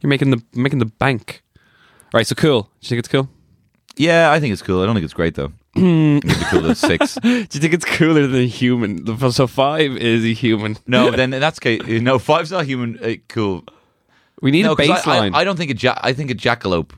D: you're making the making the bank. All right, so cool. Do you think it's cool?
B: Yeah, I think it's cool. I don't think it's great though. I think it'd be cool at six.
D: Do you think it's cooler than human? So five is a human.
B: No, then that's okay. No, five's not human. Uh, cool.
D: We need
B: no,
D: a
B: 'cause I-
D: baseline.
B: I, I, don't think a ja- I think a jackalope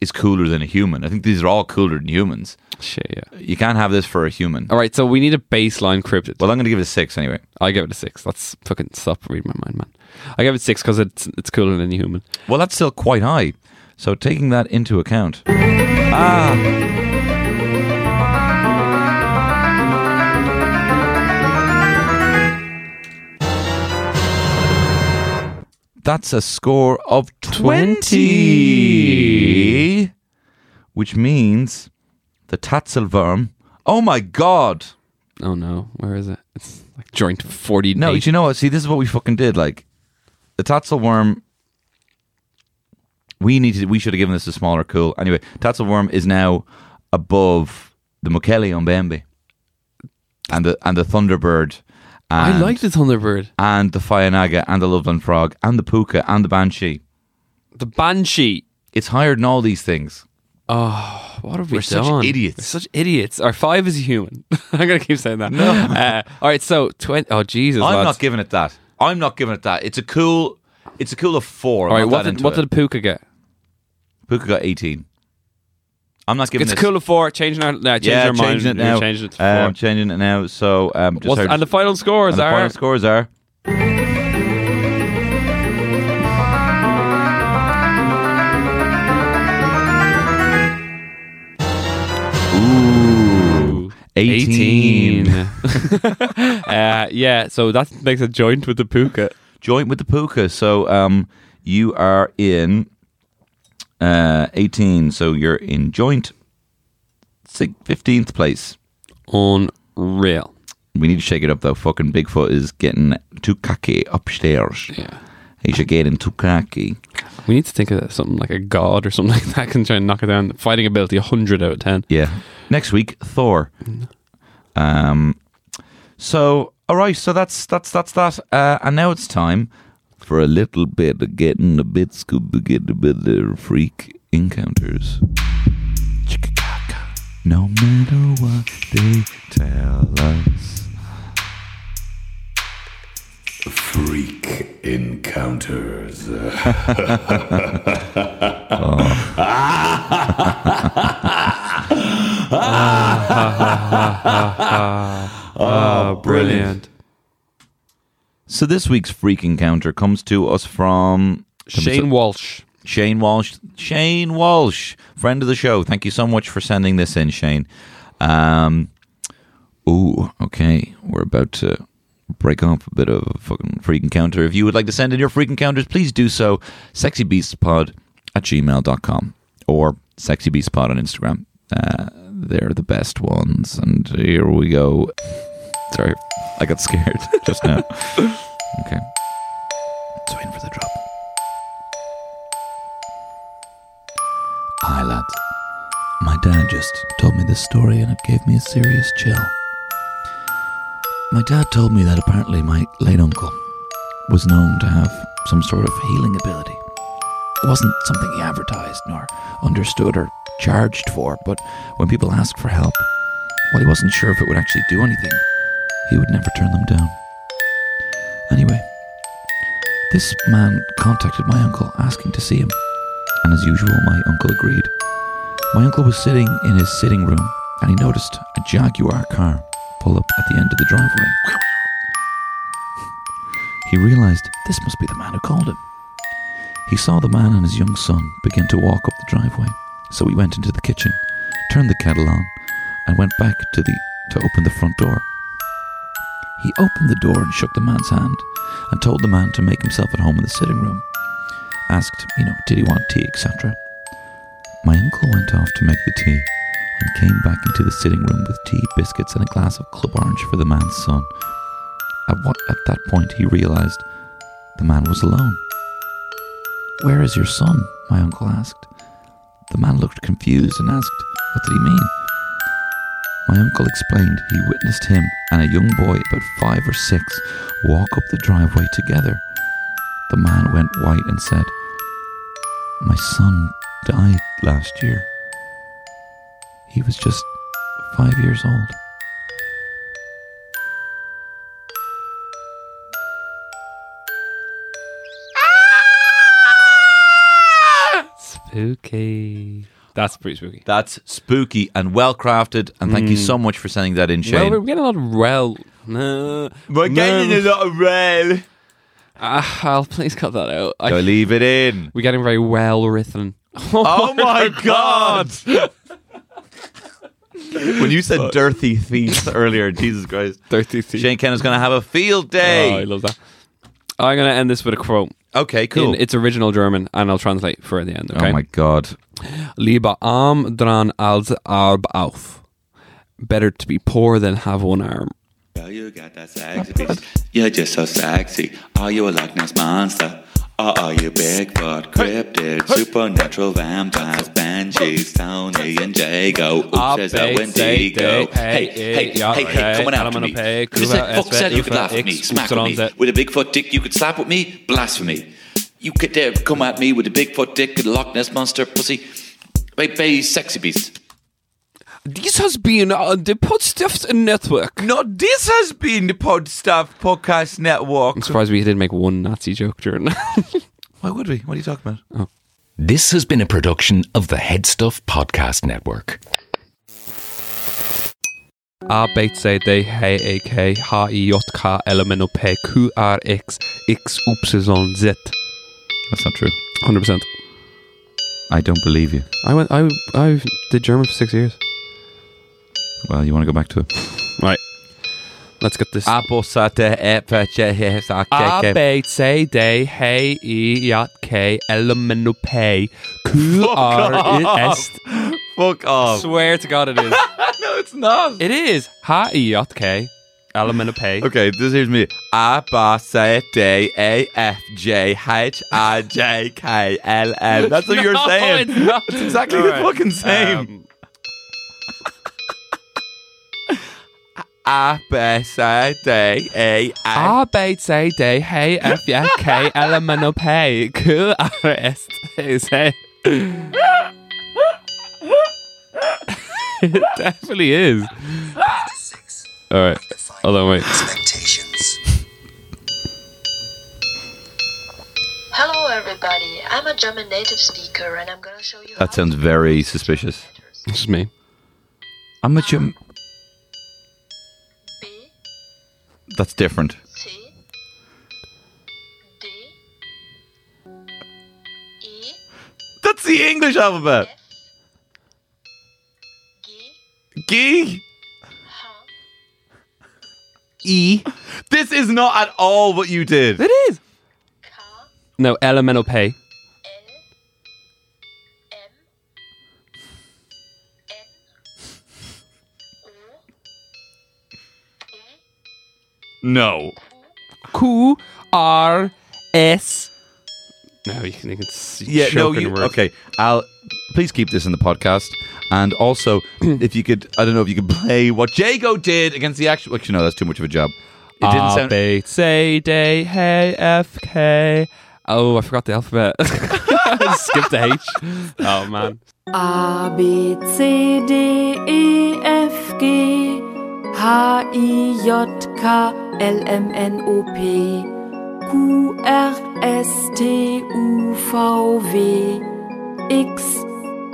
B: is cooler than a human. I think these are all cooler than humans.
D: Shit, yeah.
B: You can't have this for a human.
D: All right, so we need a baseline cryptid.
B: Well, I'm going to give it a six anyway.
D: I give it a six. That's fucking stop reading my mind, man. I give it six because it's it's cooler than human.
B: Well, that's still quite high. So taking that into account, Ah. that's a score of 20, which means the Tatzelwurm. Oh my god.
D: Oh no, where is it? It's like joint forty.
B: No, you know what? See, this is what we fucking did. Like the Tatzelworm. We need to. We should have given this a smaller cool. Anyway, Tatzelworm is now above the Mokele on Bembe, and the and the Thunderbird. And,
D: I like the Thunderbird,
B: and the Fianaga and the Loveland Frog and the Puka and the Banshee.
D: the Banshee.
B: It's higher than all these things.
D: What have we
B: We're
D: done?
B: such idiots.
D: We're such idiots. Our five is a human. I'm gonna keep saying that. No. Uh, all right, so twenty. Oh Jesus,
B: I'm
D: lads.
B: not giving it that. I'm not giving it that. It's a cool. It's a cool of four.
D: all right, what did, what did Puka get?
B: Puka got 18? I'm not giving.
D: It's a
B: this-
D: cool of four. Changing our no, changing
B: yeah,
D: our mind.
B: changing it
D: We're
B: now.
D: Changing it to
B: Um,
D: four.
B: changing it now. So um, just
D: What's-
B: how-
D: and the final scores
B: and the
D: are
B: final scores are Ooh, 18.
D: 18. uh, yeah, so that makes a joint with the Puka.
B: Joint with the puka. So um, you are in uh, 18. So you're in joint sig- 15th place.
D: Unreal.
B: We need to shake it up though. Fucking Bigfoot is getting too cocky upstairs.
D: Yeah.
B: He's getting too cocky.
D: We need to think of something like a god or something like that can try and knock it down. Fighting ability 100 out of 10.
B: Yeah. Next week, Thor. Um. So, all right. So that's that's that's that. Uh, and now it's time for a little bit of getting a bit scooby get a bit of freak encounters. Chickakaka. No matter what they tell us.
H: Freak encounters.
D: Oh, brilliant.
B: So this week's freak encounter comes to us from comes
D: Shane Walsh.
B: Shane Walsh. Shane Walsh, friend of the show. Thank you so much for sending this in, Shane. Um, ooh, okay. We're about to break off a bit of a fucking freak encounter. If you would like to send in your freak encounters, please do so. SexyBeastPod at gmail.com or SexyBeastPod on Instagram. Uh, they're the best ones. And here we go. Sorry, I got scared just now. Okay. So in for the drop. Hi, lads. My dad just told me this story and it gave me a serious chill. My dad told me that apparently my late uncle was known to have some sort of healing ability. It wasn't something he advertised nor understood or charged for, but when people asked for help, while he wasn't sure if it would actually do anything, he would never turn them down. Anyway, this man contacted my uncle asking to see him and as usual, my uncle agreed. My uncle was sitting in his sitting room and he noticed a Jaguar car pull up at the end of the driveway. He realized this must be the man who called him. He saw the man and his young son begin to walk up the driveway, so he went into the kitchen, turned the kettle on, and went back to the to open the front door. He opened the door and shook the man's hand and told the man to make himself at home in the sitting room. Asked, you know, did he want tea, etc. My uncle went off to make the tea and came back into the sitting room with tea, biscuits, and a glass of club orange for the man's son. At, what, at that point, he realized the man was alone. Where is your son? my uncle asked. The man looked confused and asked, What did he mean? My uncle explained he witnessed him and a young boy about five or six walk up the driveway together. The man went white and said, My son died last year. He was just five years old.
D: Spooky. That's pretty spooky.
B: That's spooky and well crafted, and thank you so much for sending that in,
D: Hmm. Well,
B: Shane.
D: we're getting a lot of rel. No. No.
B: lot of rail.
D: Ah, I'll please cut that out. I,
B: So leave it in.
D: we're getting very well written.
B: Oh my god! when you said dirty thief earlier, Jesus Christ.
D: Dirty thief.
B: Shane Ken is going to have a field
D: Oh, I
B: day.
D: love that. I'm going to end this with a quote
B: okay, cool.
D: in its original German, and I'll translate for the end. Okay.
B: Oh my god.
D: Lieber arm dran als arb auf. Better to be poor than have one arm.
C: Girl, you got that sexy bitch. You're just so sexy. Are you a Loch Ness monster? Or are you Bigfoot, cryptid, supernatural vampires, banshees, Tony and Jago, Upshazo and Digo? Hey, hey, hey, hey, coming after me. You could say, fuck said you could laugh at me, smack at me. With a Bigfoot dick, you could slap at me, blasphemy. You could dare come at me with a Bigfoot dick and Loch Ness monster pussy. Hey, hey, sexy beast.
D: This has been uh, the Podstuffs Network.
B: No, this has been the Podstaff Podcast Network.
D: I'm surprised we didn't make one Nazi joke during that.
B: Why would we? What are you talking about?
I: This has been a production of the Head Stuff Podcast Network.
D: Arbeit sei de HEK HIJK LMNOP QRX XYZ.
B: That's not true.
D: 100%.
B: I don't believe you.
D: I went, I, I did German for six years.
B: Well, you want to go back to it?
D: Right. Let's get this. Arbeit sei de HEJK LMNOP QRX.
B: Fuck off.
D: Swear to God it is.
B: No, it's not.
D: It is. HEJK LMNOP.
B: Okay, this here's me. A B C D A F J H I J K L M. That's what you're
D: No,
B: saying.
D: it's not.
B: It's exactly the
D: Alright.
B: fucking same.
D: Um,
B: A B C D A F.
D: Arbeit sei de hey F ja K L M N O P Q R S T Z. It definitely is. All right. Hold on, wait.
J: Hello, everybody. I'm a German native speaker, and I'm gonna show you.
B: That sounds very suspicious.
D: This is me.
B: I'm a Jim.
J: B
B: That's different.
J: C D E
B: That's the English alphabet.
J: G
B: G. E. This is not at all what you did.
D: It is. No, L M N O P.
J: M N O
B: No.
D: Q R S. No, you can, you can see
B: Yeah, no,
D: choking
B: you
D: words.
B: okay. I'll please keep this in the podcast, and also if you could, I don't know if you could play what Jago did against the actual. Actually, no, that's too much of a job. It didn't
D: Ah,
B: sound.
D: Arbeit sei de hey F K. Oh, I forgot the alphabet. Skip the H. Oh man.
J: A B C D E F G H I J K L M N O P Q R S T U V W X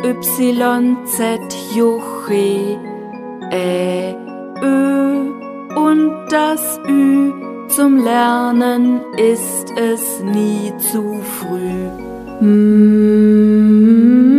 J: Y Z J K Ä Ö und das Ü zum Lernen ist es nie zu früh. Mm.